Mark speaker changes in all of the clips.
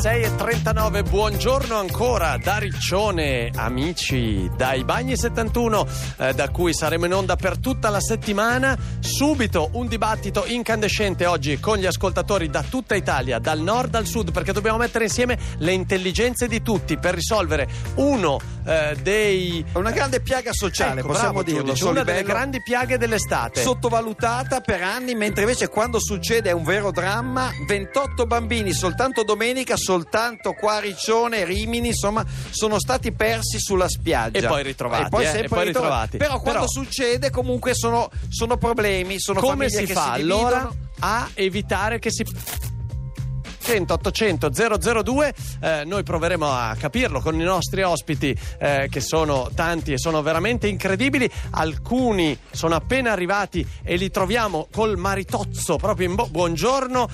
Speaker 1: 6.39, buongiorno ancora da Riccione, amici, dai Bagni 71, eh, da cui saremo in onda per tutta la settimana. Subito un dibattito incandescente oggi con gli ascoltatori da tutta Italia, dal nord al sud, perché dobbiamo mettere insieme le intelligenze di tutti per risolvere uno eh, dei...
Speaker 2: È una grande piaga sociale,
Speaker 1: Ecco,
Speaker 2: possiamo
Speaker 1: bravo,
Speaker 2: dirlo.
Speaker 1: Giudice, una delle
Speaker 2: Solibello.
Speaker 1: grandi piaghe dell'estate.
Speaker 2: sottovalutata per anni, mentre invece quando succede è un vero dramma. 28 bambini soltanto domenica, soltanto qua a Riccione, Rimini, insomma, sono stati persi sulla spiaggia.
Speaker 1: E poi ritrovati,
Speaker 2: E poi
Speaker 1: eh,
Speaker 2: sempre
Speaker 1: e poi ritrovati.
Speaker 2: ritrovati. Però quando
Speaker 1: Però-
Speaker 2: succede comunque sono, sono problemi, sono
Speaker 1: come
Speaker 2: famiglie
Speaker 1: si
Speaker 2: che
Speaker 1: fa
Speaker 2: si
Speaker 1: allora
Speaker 2: dividono.
Speaker 1: a evitare che si 100 800 002 eh, noi proveremo a capirlo con i nostri ospiti eh, che sono tanti e sono veramente incredibili alcuni sono appena arrivati e li troviamo col maritozzo proprio in bo- buongiorno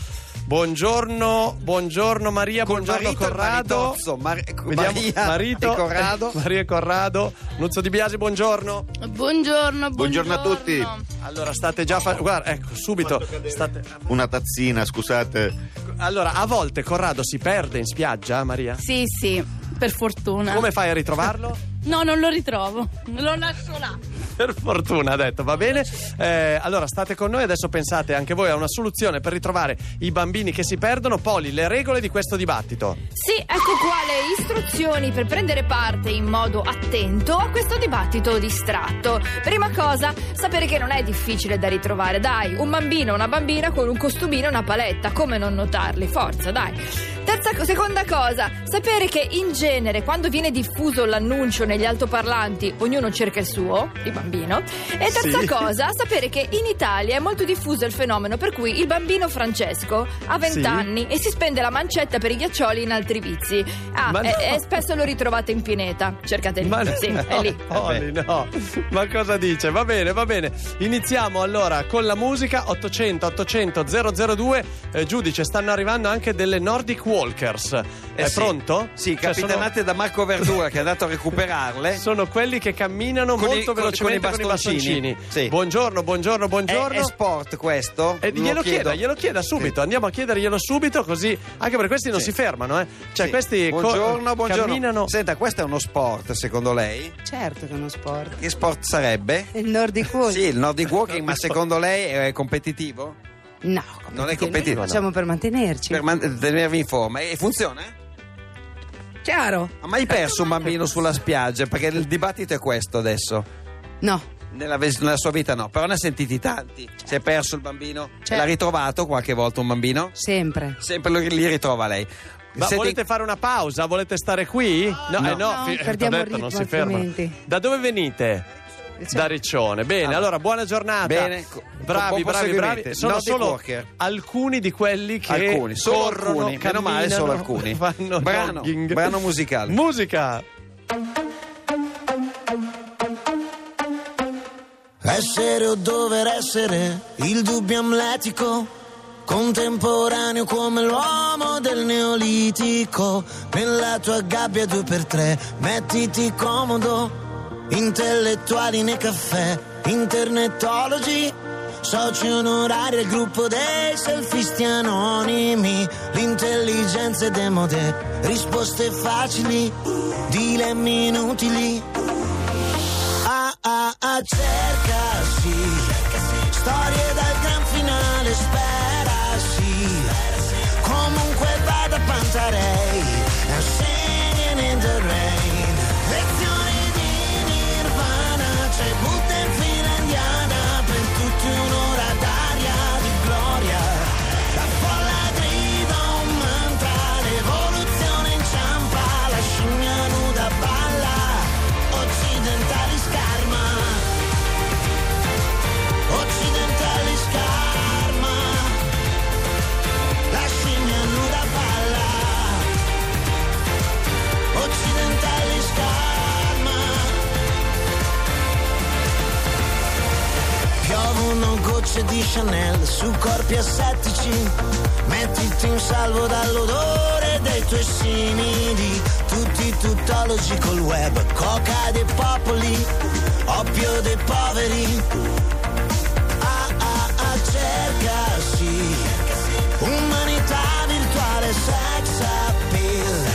Speaker 1: buongiorno buongiorno Maria
Speaker 2: Col
Speaker 1: buongiorno
Speaker 2: marito e il
Speaker 1: Corrado
Speaker 2: maritozzo, Mar-
Speaker 1: Vediamo,
Speaker 2: Maria
Speaker 1: marito,
Speaker 2: e Corrado.
Speaker 1: Maria e Corrado Nuzzo Di Biasi buongiorno
Speaker 3: Buongiorno, buongiorno.
Speaker 4: Buongiorno a tutti.
Speaker 1: allora state già fa- guarda ecco subito state
Speaker 4: Una tazzina, scusate.
Speaker 1: Allora, a volte Corrado si perde in spiaggia, Maria?
Speaker 3: Sì, sì, per fortuna.
Speaker 1: Come fai a ritrovarlo?
Speaker 3: No, non lo ritrovo. Lo lascio là.
Speaker 1: Per fortuna, ha detto, va bene. Eh, allora, state con noi, adesso pensate anche voi a una soluzione per ritrovare i bambini che si perdono. Poli, le regole di questo dibattito.
Speaker 5: Sì, ecco qua le istruzioni per prendere parte in modo attento a questo dibattito distratto. Prima cosa, sapere che non è difficile da ritrovare. Dai, un bambino, una bambina con un costumino e una paletta, come non notarli? Forza, dai. Terza, co- seconda cosa, sapere che in genere quando viene diffuso l'annuncio negli altoparlanti ognuno cerca il suo, il bambino. E terza
Speaker 1: Sì.
Speaker 5: cosa, sapere che in Italia è molto diffuso il fenomeno per cui il bambino Francesco ha 20
Speaker 1: Sì.
Speaker 5: anni e si spende la mancetta per i ghiaccioli in altri vizi. Ah,
Speaker 1: Ma
Speaker 5: e,
Speaker 1: no.
Speaker 5: e spesso lo ritrovate in pineta. Cercate lì. sì,
Speaker 1: no,
Speaker 5: è lì.
Speaker 1: Poli, no. Ma cosa dice? Va bene, va bene. Iniziamo allora con la musica 800 800 002. Eh, giudice, stanno arrivando anche delle Nordic Walkers.
Speaker 2: Eh
Speaker 1: è
Speaker 2: sì.
Speaker 1: pronto?
Speaker 2: Sì,
Speaker 1: Cioè, sono-
Speaker 2: capitanate da Marco Verdura che è andato a recuperarle.
Speaker 1: Sono quelli che camminano
Speaker 2: Con i-
Speaker 1: molto
Speaker 2: con-
Speaker 1: velocemente
Speaker 2: con i
Speaker 1: bastoncini.
Speaker 2: bastoncini. Sì.
Speaker 1: Buongiorno, buongiorno,
Speaker 2: È,
Speaker 1: buongiorno.
Speaker 2: è sport questo?
Speaker 1: E
Speaker 2: Lo
Speaker 1: Eh, glielo
Speaker 2: chiedo.
Speaker 1: chieda, glielo chieda subito.
Speaker 2: Sì.
Speaker 1: Andiamo a chiederglielo subito, così anche perché questi non
Speaker 2: Sì.
Speaker 1: si fermano, eh. Cioè,
Speaker 2: Sì.
Speaker 1: questi co-
Speaker 2: buongiorno, buongiorno.
Speaker 1: camminano.
Speaker 2: Senta, questo è uno sport secondo lei?
Speaker 6: Certo che è uno sport.
Speaker 2: Che sport sarebbe?
Speaker 6: Il Nordic Walk?
Speaker 2: Sì, il Nordic Walking, ma secondo lei è competitivo?
Speaker 6: No,
Speaker 2: Non è
Speaker 6: competitivo.
Speaker 2: competitivo,
Speaker 6: Noi lo Facciamo per mantenerci.
Speaker 2: Per man- tenervi in forma? E funziona?
Speaker 6: Chiaro?
Speaker 2: Ha mai perso un bambino sulla spiaggia? Perché il dibattito è questo adesso.
Speaker 6: No.
Speaker 2: Nella, ves- nella sua vita no, però ne ha sentiti tanti. Si è perso il bambino?
Speaker 6: Certo.
Speaker 2: L'ha ritrovato qualche volta un bambino?
Speaker 6: Sempre.
Speaker 2: Sempre lo- li ritrova lei.
Speaker 1: Ma
Speaker 2: Senti-
Speaker 1: volete fare una pausa? Volete stare qui? No, eh, no,
Speaker 6: No,
Speaker 1: fi- eh,
Speaker 6: perdiamo
Speaker 1: t'ho
Speaker 6: il
Speaker 1: detto, non
Speaker 6: ritmo,
Speaker 1: si fermano.
Speaker 6: altrimenti.
Speaker 1: Da dove venite? Da Riccione, bene,
Speaker 2: Ah.
Speaker 1: allora buona giornata.
Speaker 2: Bene, co-
Speaker 1: bravi,
Speaker 2: buon
Speaker 1: bravi,
Speaker 2: proseguimento.
Speaker 1: bravi. Sono
Speaker 2: Nordic
Speaker 1: solo
Speaker 2: Walker.
Speaker 1: alcuni di quelli che
Speaker 2: Alcuni, solo
Speaker 1: corrono,
Speaker 2: alcuni, meno male solo
Speaker 1: camminano,
Speaker 2: alcuni.
Speaker 1: Fanno
Speaker 2: Brano,
Speaker 1: jogging.
Speaker 2: brano musicale.
Speaker 1: Musica.
Speaker 7: Essere o dover essere il dubbio amletico, contemporaneo come l'uomo del neolitico. Nella tua gabbia due per tre, mettiti comodo, intellettuali nei caffè, internetologi, soci onorari al gruppo dei selfisti anonimi. L'intelligenza è demode, risposte facili, dilemmi inutili. Ah, ah, ah, cercasi, storie dal gran finale, sperasi, comunque vada Pantarei, I'm singing in the rain, lezioni di Nirvana, c'è butta in finlandiana, per tutti un'ora d'aria di gloria, la folla grida un mantra, l'evoluzione inciampa, la scimmia nuda balla, Occidentali scarma Occidentali scarma La scimmia nuda balla Occidentali scarma Piovono gocce di Chanel su corpi assettici. Mettiti in salvo dall'odore dei tuoi simili. Tutti tuttologi col web, coca dei popoli, oppio dei poveri. Ah ah ah, cercasi. Umanità virtuale, sex appeal.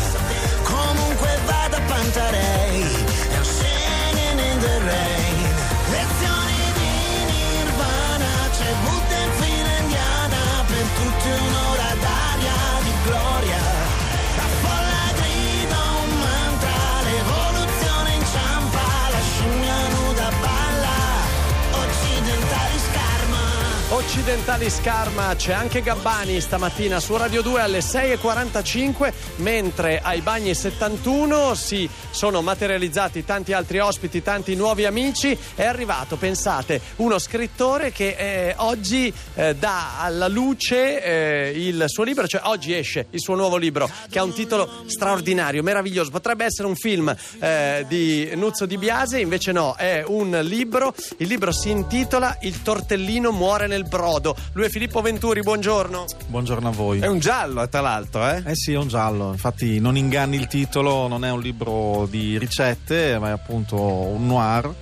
Speaker 1: Occidentali Scarma, c'è anche Gabbani stamattina su Radio 2 alle 6.45, mentre ai bagni 71 si sono materializzati tanti altri ospiti, tanti nuovi amici. È arrivato, pensate, uno scrittore che eh, oggi eh, dà alla luce eh, il suo libro, cioè oggi esce il suo nuovo libro che ha un titolo straordinario, meraviglioso. Potrebbe essere un film eh, di Nuzzo Di Biase, invece no, è un libro. Il libro si intitola Il tortellino muore nel brodo. Lui è Filippo Venturi, buongiorno.
Speaker 8: Buongiorno a voi.
Speaker 2: È un giallo, tra l'altro, eh?
Speaker 8: Eh sì, è un giallo, infatti non inganni il titolo, non è un libro di ricette, ma è appunto un noir,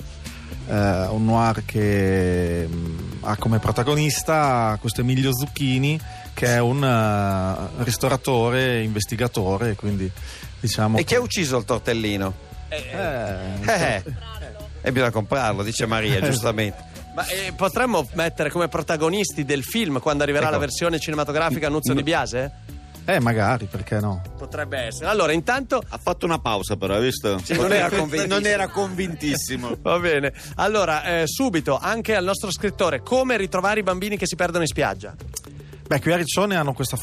Speaker 8: eh, un noir che mh, ha come protagonista questo Emilio Zucchini che è un eh, ristoratore, investigatore, quindi diciamo...
Speaker 2: E chi ha ucciso il tortellino?
Speaker 8: Eh,
Speaker 2: Eh, e bisogna comprarlo, dice Maria, giustamente.
Speaker 1: Ma eh, potremmo mettere come protagonisti del film quando arriverà
Speaker 8: Ecco.
Speaker 1: la versione cinematografica Nuzzo Di Biase?
Speaker 8: eh, magari, perché no?
Speaker 1: Potrebbe
Speaker 2: Eh,
Speaker 1: essere. Allora, intanto
Speaker 4: Ha fatto una pausa, però, hai visto?
Speaker 1: Sì, non era
Speaker 2: convintissimo.
Speaker 4: Non era convintissimo.
Speaker 1: Va bene, allora eh, subito anche al nostro scrittore come ritrovare i bambini che si perdono in spiaggia.
Speaker 8: Beh, qui a Riccione hanno questa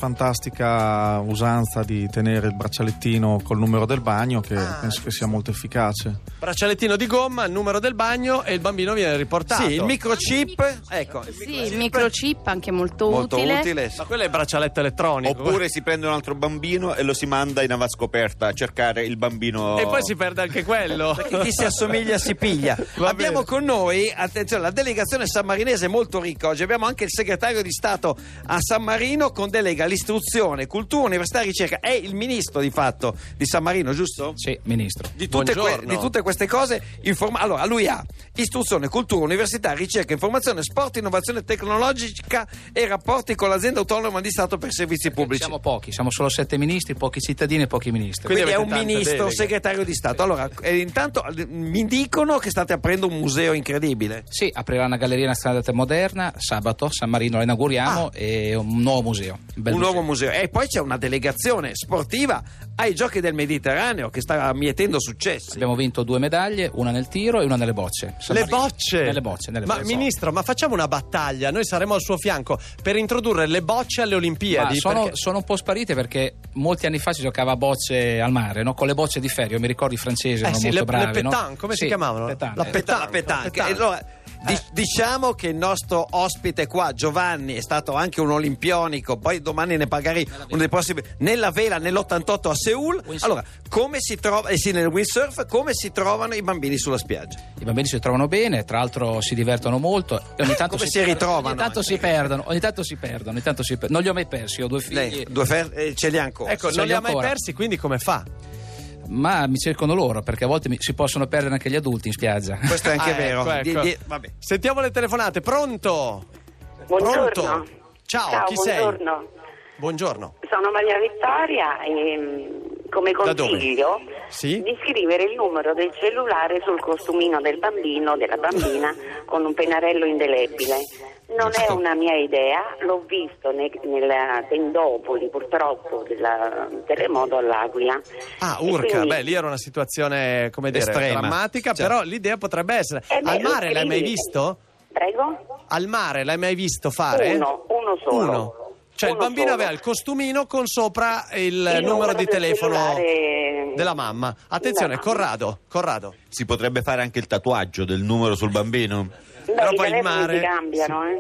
Speaker 8: fantastica usanza di tenere il braccialettino col numero del bagno che
Speaker 1: Ah,
Speaker 8: penso che sia molto efficace.
Speaker 1: Braccialettino di gomma, il numero del bagno e il bambino viene riportato.
Speaker 2: Sì, il microchip, ecco, il
Speaker 3: Sì, il microchip anche molto,
Speaker 2: molto utile.
Speaker 1: Ma quello è il braccialetto elettronico.
Speaker 4: Oppure si prende un altro bambino e lo si manda in avanscoperta a cercare il bambino.
Speaker 1: E poi si perde anche quello.
Speaker 2: Perché chi si assomiglia si piglia.
Speaker 1: Va
Speaker 2: abbiamo
Speaker 1: bene.
Speaker 2: con noi, attenzione, la delegazione sammarinese è molto ricca oggi. Abbiamo anche il segretario di Stato a San Marino con delega all'istruzione, cultura, università e ricerca. È il ministro di fatto di San Marino, giusto?
Speaker 9: Sì, ministro.
Speaker 2: Di tutte,
Speaker 1: Buongiorno.
Speaker 2: di tutte queste cose, informa- allora lui ha istruzione, cultura, università, ricerca, informazione, sport, innovazione tecnologica e rapporti con l'azienda autonoma di Stato per servizi pubblici.
Speaker 9: Siamo pochi, siamo solo sette ministri, pochi cittadini e pochi ministri.
Speaker 1: Quindi
Speaker 2: Quindi, è un
Speaker 1: avete tante
Speaker 2: ministro,
Speaker 1: deleghe.
Speaker 2: segretario di Stato. Allora, eh, intanto eh, mi dicono che state aprendo un museo incredibile.
Speaker 9: Sì, aprirà una galleria nazionale d'arte moderna sabato, San Marino la inauguriamo
Speaker 1: Ah.
Speaker 9: e un nuovo museo. bel
Speaker 2: un
Speaker 9: museo.
Speaker 2: nuovo museo. E poi c'è una delegazione sportiva ai giochi del Mediterraneo che sta mietendo successi.
Speaker 9: Abbiamo vinto due medaglie, una nel tiro e una nelle bocce. San
Speaker 1: Le
Speaker 9: Marino.
Speaker 1: bocce.
Speaker 9: Nelle bocce, nelle
Speaker 1: ma
Speaker 9: bocce.
Speaker 1: ministro, ma facciamo una battaglia, noi saremo al suo fianco per introdurre le bocce alle
Speaker 9: Ma
Speaker 1: Olimpiadi.
Speaker 9: sono,
Speaker 1: perché-
Speaker 9: sono un po' sparite perché molti anni fa si giocava a bocce al mare, no? con le bocce di ferro. Io mi ricordo i francesi,
Speaker 1: Eh
Speaker 9: erano
Speaker 1: sì, le-
Speaker 9: molto
Speaker 1: le
Speaker 9: bravi. no?
Speaker 1: pétanque, come si
Speaker 9: Sì, Eh,
Speaker 1: chiamavano?
Speaker 9: pétanque.
Speaker 1: La Eh, pétanque.
Speaker 2: La petanca. E allora,
Speaker 9: Eh,
Speaker 2: di- diciamo che il nostro ospite qua, Giovanni, è stato anche un olimpionico, poi domani ne pagherei uno dei prossimi nella vela nell'88 a Seoul.
Speaker 9: Windsurf.
Speaker 2: Allora, come si trova eh sì, nel windsurf, come si trovano i bambini sulla spiaggia?
Speaker 9: I bambini si trovano bene, tra l'altro si divertono molto. E ogni tanto
Speaker 2: Come si
Speaker 9: per-
Speaker 2: ritrovano?
Speaker 9: Ogni tanto si perdono, ogni tanto si perdono, ogni tanto si per- Non li ho mai persi, ho due figli.
Speaker 2: Lei, due fer- eh, ce li ha ancora.
Speaker 1: Ecco,
Speaker 9: se
Speaker 1: non li
Speaker 9: li
Speaker 1: ha mai
Speaker 9: ancora.
Speaker 1: persi, quindi come fa?
Speaker 9: Ma mi cercano loro perché a volte mi- si possono perdere anche gli adulti in spiaggia.
Speaker 2: Questo è anche
Speaker 1: Ah,
Speaker 2: vero.
Speaker 1: ecco, ecco.
Speaker 2: Di- di- vabbè.
Speaker 1: Sentiamo le telefonate, pronto?
Speaker 10: Buongiorno.
Speaker 1: Pronto? Ciao, chi
Speaker 10: buongiorno.
Speaker 1: sei? Buongiorno.
Speaker 10: Sono Maria Vittoria e mh, come
Speaker 1: Da dove?
Speaker 10: consiglio
Speaker 1: Sì?
Speaker 10: di scrivere il numero del cellulare sul costumino del bambino o della bambina con un pennarello indelebile. Non è
Speaker 9: Giusto.
Speaker 10: una mia idea, l'ho visto ne- nella Tendopoli purtroppo della- del terremoto all'Aquila.
Speaker 1: Ah,
Speaker 10: E
Speaker 1: urca,
Speaker 10: quindi-
Speaker 1: beh, lì era una situazione, come dire,
Speaker 2: Estrema.
Speaker 1: drammatica,
Speaker 2: Cioè-
Speaker 1: però l'idea potrebbe essere.
Speaker 10: Eh beh,
Speaker 1: Al
Speaker 10: lo
Speaker 1: mare l'hai mai
Speaker 10: scrivi.
Speaker 1: visto?
Speaker 10: Prego?
Speaker 1: Al mare l'hai mai visto fare?
Speaker 10: Uno, uno solo.
Speaker 1: Uno. Cioè il
Speaker 10: Uno
Speaker 1: bambino
Speaker 10: solo.
Speaker 1: aveva il costumino con sopra il, numero,
Speaker 10: numero
Speaker 1: di
Speaker 10: del
Speaker 1: telefono
Speaker 10: cellulare
Speaker 1: della mamma. Attenzione,
Speaker 10: della mamma.
Speaker 1: Corrado, Corrado.
Speaker 4: Si potrebbe fare anche il tatuaggio del numero sul bambino.
Speaker 10: Beh,
Speaker 1: Però
Speaker 10: i
Speaker 1: poi il
Speaker 10: telefoni si
Speaker 1: mare-
Speaker 10: cambiano, eh.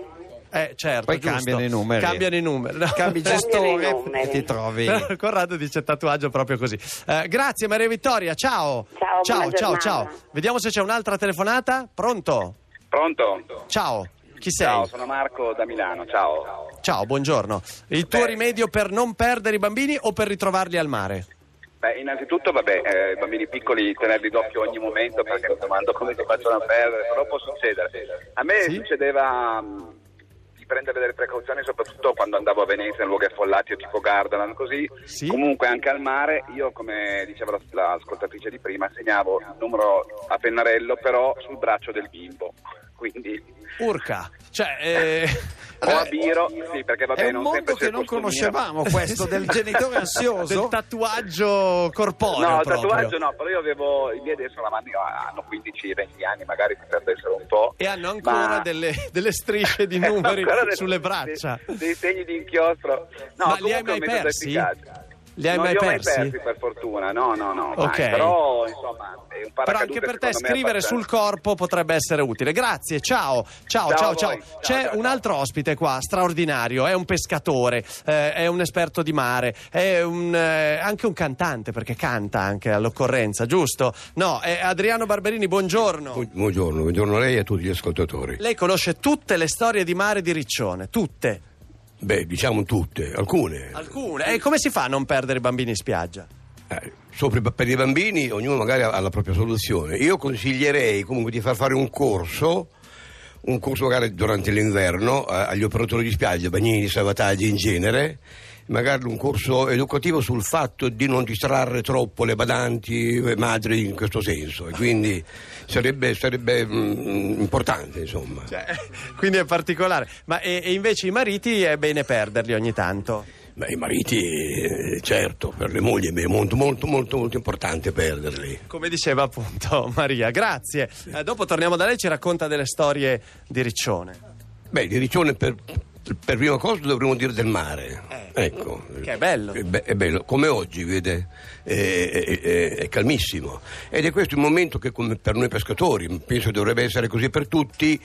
Speaker 1: Eh, certo,
Speaker 2: Poi
Speaker 1: giusto.
Speaker 2: cambiano i numeri.
Speaker 1: Cambiano i numeri. no?
Speaker 2: Cambi
Speaker 10: Cambiano i
Speaker 2: gestore
Speaker 10: numeri.
Speaker 2: e ti trovi.
Speaker 1: Però Corrado dice tatuaggio proprio così. Eh, grazie Maria Vittoria, ciao.
Speaker 10: Ciao,
Speaker 1: ciao,
Speaker 10: buona
Speaker 1: ciao,
Speaker 10: giornata.
Speaker 1: ciao. Vediamo se c'è un'altra telefonata. Pronto?
Speaker 11: Pronto?
Speaker 1: Ciao. Chi sei?
Speaker 11: Ciao, sono Marco da Milano, ciao.
Speaker 1: Ciao, buongiorno. Il tuo
Speaker 11: Beh.
Speaker 1: rimedio per non perdere i bambini o per ritrovarli al mare?
Speaker 11: Beh, innanzitutto, vabbè, eh, i bambini piccoli tenerli d'occhio ogni momento perché mi domando come si facciano a perdere, però può succedere. A me
Speaker 1: Sì?
Speaker 11: succedeva mh, di prendere delle precauzioni, soprattutto quando andavo a Venezia in luoghi affollati o tipo Gardaland, così.
Speaker 1: Sì?
Speaker 11: Comunque anche al mare, io come diceva la- l'ascoltatrice di prima, segnavo il numero a pennarello però sul braccio del bimbo. quindi
Speaker 1: Urca. Cioè, eh,
Speaker 11: o a Biro, sì, perché va
Speaker 2: È
Speaker 11: bene,
Speaker 2: un mondo che non conoscevamo questo del genitore
Speaker 1: del
Speaker 2: ansioso.
Speaker 1: tatuaggio corporeo.
Speaker 11: No, il
Speaker 1: Oh, proprio.
Speaker 11: tatuaggio no, però io avevo i miei adesso la mano hanno 15-20 anni, magari si perdessero un po'.
Speaker 1: E hanno ancora
Speaker 11: ma-
Speaker 1: delle, delle strisce di numeri
Speaker 11: Ancora dei-
Speaker 1: sulle braccia.
Speaker 11: Dei, dei segni di inchiostro. No,
Speaker 1: Ma li
Speaker 11: comunque
Speaker 1: hai
Speaker 11: è
Speaker 1: mai
Speaker 11: un metodo
Speaker 1: persi?
Speaker 11: efficace.
Speaker 1: Li hai
Speaker 11: non
Speaker 1: mai
Speaker 11: li ho
Speaker 1: persi?
Speaker 11: mai persi per fortuna, no, no, no. mai.
Speaker 1: Ok.
Speaker 11: Però insomma, è
Speaker 1: Però
Speaker 11: un paracadute,
Speaker 1: anche per te
Speaker 11: secondo me,
Speaker 1: scrivere sul
Speaker 11: abbastanza-
Speaker 1: corpo potrebbe essere utile. Grazie, ciao. Ciao,
Speaker 11: Ciao
Speaker 1: ciao,
Speaker 11: a
Speaker 1: ciao.
Speaker 11: voi. Ciao,
Speaker 1: C'è
Speaker 11: ciao,
Speaker 1: un
Speaker 11: ciao.
Speaker 1: altro ospite qua, straordinario. È un pescatore, eh, è un esperto di mare, è un, eh, anche un cantante perché canta anche all'occorrenza, giusto? No, è Adriano Barberini, buongiorno.
Speaker 7: Buongiorno, buongiorno a lei e a tutti gli ascoltatori.
Speaker 1: Lei conosce tutte le storie di mare di Riccione, tutte,
Speaker 7: Beh, diciamo tutte, alcune.
Speaker 1: alcune. E come si fa a non perdere i bambini in spiaggia?
Speaker 7: Eh, sopra i- per i bambini ognuno magari ha ha la propria soluzione. Io consiglierei comunque di far fare un corso, un corso magari durante l'inverno, eh, agli operatori di spiaggia, bagnini, salvataggi in genere, magari un corso educativo sul fatto di non distrarre troppo le badanti, le madri in questo senso. E quindi sarebbe, sarebbe mm, importante, insomma.
Speaker 1: Quindi è particolare. Ma e- e invece i mariti è bene perderli ogni tanto.
Speaker 7: Beh, i mariti, eh, certo, per le mogli è molto, molto, molto, molto importante perderli.
Speaker 1: Come diceva appunto Maria, grazie. Eh, dopo torniamo da lei, ci racconta delle storie di Riccione.
Speaker 7: Beh, di Riccione per, per prima cosa dovremmo dire del mare.
Speaker 12: Eh.
Speaker 7: Ecco.
Speaker 1: Che è bello.
Speaker 7: È, be- è bello, come oggi, vede, è, è- è- è calmissimo. Ed è questo il momento che come per noi pescatori, penso dovrebbe essere così per tutti,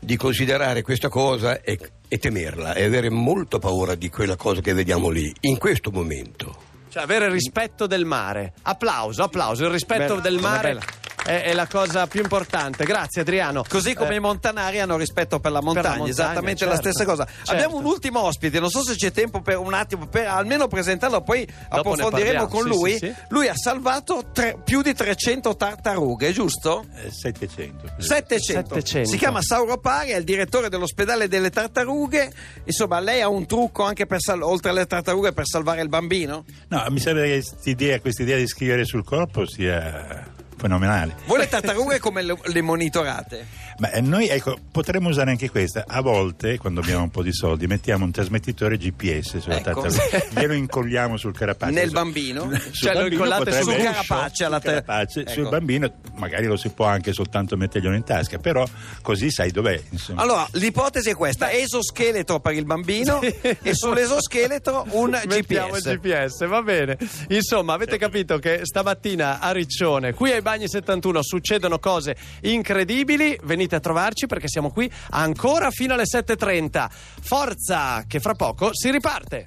Speaker 7: di considerare questa cosa e, e temerla, e avere molto paura di quella cosa che vediamo lì, in questo momento.
Speaker 1: Cioè avere rispetto del mare. Applauso, applauso. Il rispetto
Speaker 2: Bella,
Speaker 1: del
Speaker 2: cosa
Speaker 1: mare
Speaker 2: bella.
Speaker 1: è, è la cosa più importante. Grazie Adriano.
Speaker 2: Così come
Speaker 1: Eh,
Speaker 2: i montanari hanno rispetto per la montagna,
Speaker 1: montagna,
Speaker 2: esattamente la
Speaker 1: certo.
Speaker 2: stessa cosa.
Speaker 1: Certo.
Speaker 2: Abbiamo un ultimo ospite, non so se c'è tempo per un attimo, per almeno presentarlo, poi approfondiremo
Speaker 1: parliamo,
Speaker 2: con
Speaker 1: sì,
Speaker 2: lui.
Speaker 1: sì, sì.
Speaker 2: Lui ha salvato tre- più di 300 tartarughe, giusto?
Speaker 12: Eh, 700.
Speaker 2: 700.
Speaker 1: 700.
Speaker 2: Si chiama Sauro Pari, è il direttore dell'ospedale delle tartarughe. Insomma, lei ha un trucco anche per sal- oltre alle tartarughe per salvare il bambino?
Speaker 12: No, mi sembra che quest'idea, quest'idea di scrivere sul corpo sia fenomenale.
Speaker 2: Voi le tartarughe come le, le monitorate?
Speaker 12: Ma eh, noi ecco, potremmo usare anche questa. A volte, quando abbiamo un po' di soldi, mettiamo un trasmettitore GPS sulla
Speaker 2: Ecco.
Speaker 12: tartaruga, glielo incolliamo sul carapace.
Speaker 2: Nel
Speaker 12: Su-
Speaker 2: bambino?
Speaker 12: sul
Speaker 1: Cioè, lo
Speaker 12: bambino
Speaker 1: incollate
Speaker 12: potrebbe-
Speaker 2: sul
Speaker 12: sul
Speaker 2: carapace alla te-
Speaker 12: carapace,
Speaker 2: Ecco.
Speaker 12: Sul bambino magari lo si può anche soltanto metterglielo in tasca, però così sai dov'è. Insomma.
Speaker 2: Allora, l'ipotesi è questa: esoscheletro per il bambino e sull'esoscheletro un
Speaker 1: Mettiamo
Speaker 2: GPS.
Speaker 1: il GPS, va bene. Insomma, avete capito che stamattina a Riccione, qui ai Bagni 71, succedono cose incredibili. Venite a trovarci perché siamo qui ancora fino alle 7.30. Forza, che fra poco si riparte.